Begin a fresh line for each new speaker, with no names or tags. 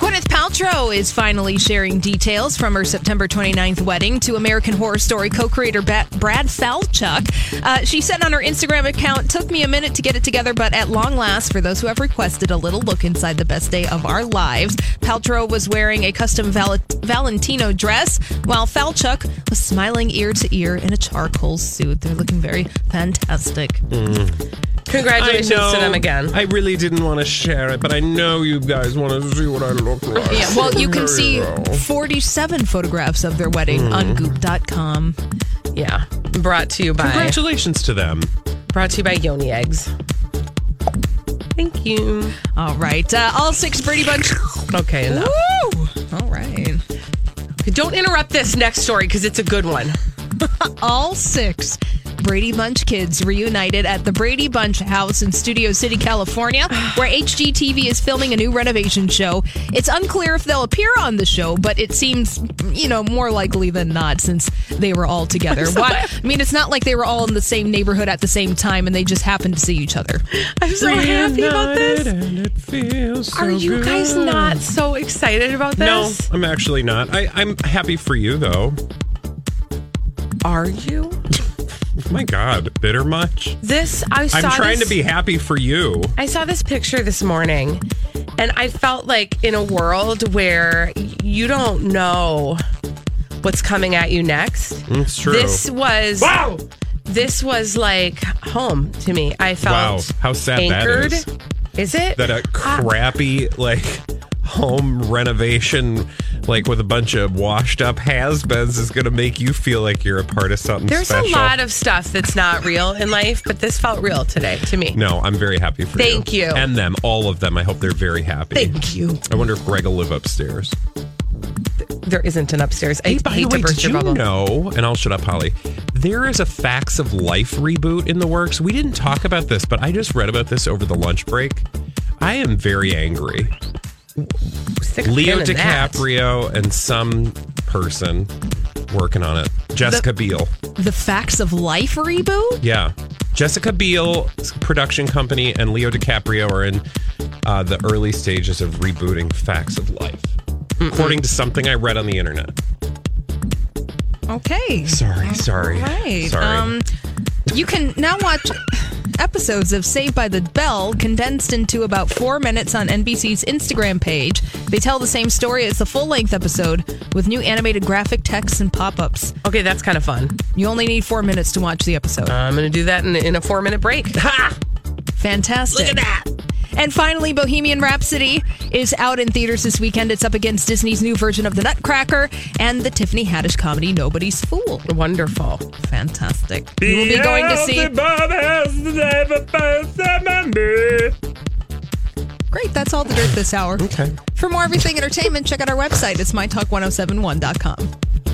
Gwyneth Paltrow is finally sharing details from her September 29th wedding to American Horror Story co-creator Ba- Brad Falchuk. Uh, she said on her Instagram account, "Took me a minute to get it together, but at long last, for those who have requested a little look inside the best day of our lives." Paltrow was wearing a custom Val- Valentino dress, while Falchuk was smiling ear to ear in a charcoal suit. They're looking very fantastic.
I
Congratulations
know.
to them again.
I really didn't want to share it, but I know you guys want to see what I look like.
Yeah, well, you can see
Well.
47 photographs of their wedding on goop.com.
yeah. Brought to you by
Congratulations to them.
brought to you by Yoni Eggs. Thank you.
All right. Uh, all six Brady Bunch.
Okay, enough.
Woo! All right.
Don't interrupt this next story because it's a good one.
All six Brady Bunch kids reunited at the Brady Bunch house in Studio City, California, where HGTV is filming a new renovation show. It's unclear if they'll appear on the show, but it seems, you know, more likely than not since they were all together. Why? I mean, it's not like they were all in the same neighborhood at the same time and they just happened to see each other.
I'm so happy about this.
And it feels so
Are you guys
good.
not so excited about
No,
this?
I'm actually not. I, I'm happy for you, though.
Are you?
My God, bitter much?
This I saw.
I'm trying
this-
to be happy for you.
I saw this picture this morning, and I felt like in a world where y- you don't know what's coming at you next.
It's true.
This was wow. This was like home to me. I felt
Wow, how sad that
anchored.
is.
Is it
that a
Ah,
crappy, like, home renovation, like, with a bunch of washed up has beens is going to make you feel like you're a part of something
there's
special.
a lot of stuff that's not real in life, but this felt real today to me.
No, I'm very happy for you.
Thank you.
And them, all of them. I hope they're very happy.
Thank you.
I wonder if Greg will live upstairs.
There isn't an upstairs. I
By the
hate
way,
to burst
did
your
you
bubble.
know, and I'll shut up, Holly, there is a Facts of Life reboot in the works. We didn't talk about this, but I just read about this over the lunch break. I am very angry.
Stick a
Leo
pin in that.
DiCaprio and some person working on it. Jessica Biel.
The Facts of Life reboot?
Yeah. Jessica Biel's production company and Leo DiCaprio are in uh, the early stages of rebooting Facts of Life, according to something I read on the internet.
Okay.
Sorry, sorry.
Right.
Sorry.
Um, you can now watch episodes of Saved by the Bell condensed into about four minutes on NBC's Instagram page. They tell the same story as the full length episode with new animated graphic texts and pop ups.
Okay, that's kind of fun.
You only need four minutes to watch the episode.
I'm going to do that in, in a four minute break. Ha!
Fantastic.
Look at that.
And finally, Bohemian Rhapsody is out in theaters this weekend. It's up against Disney's new version of The Nutcracker and the Tiffany Haddish comedy Nobody's Fool.
Wonderful.
Fantastic. You will be going to see. Great. That's all the dirt this hour.
okay.
oh For more everything entertainment, check out our website. It's mytalk1071.com.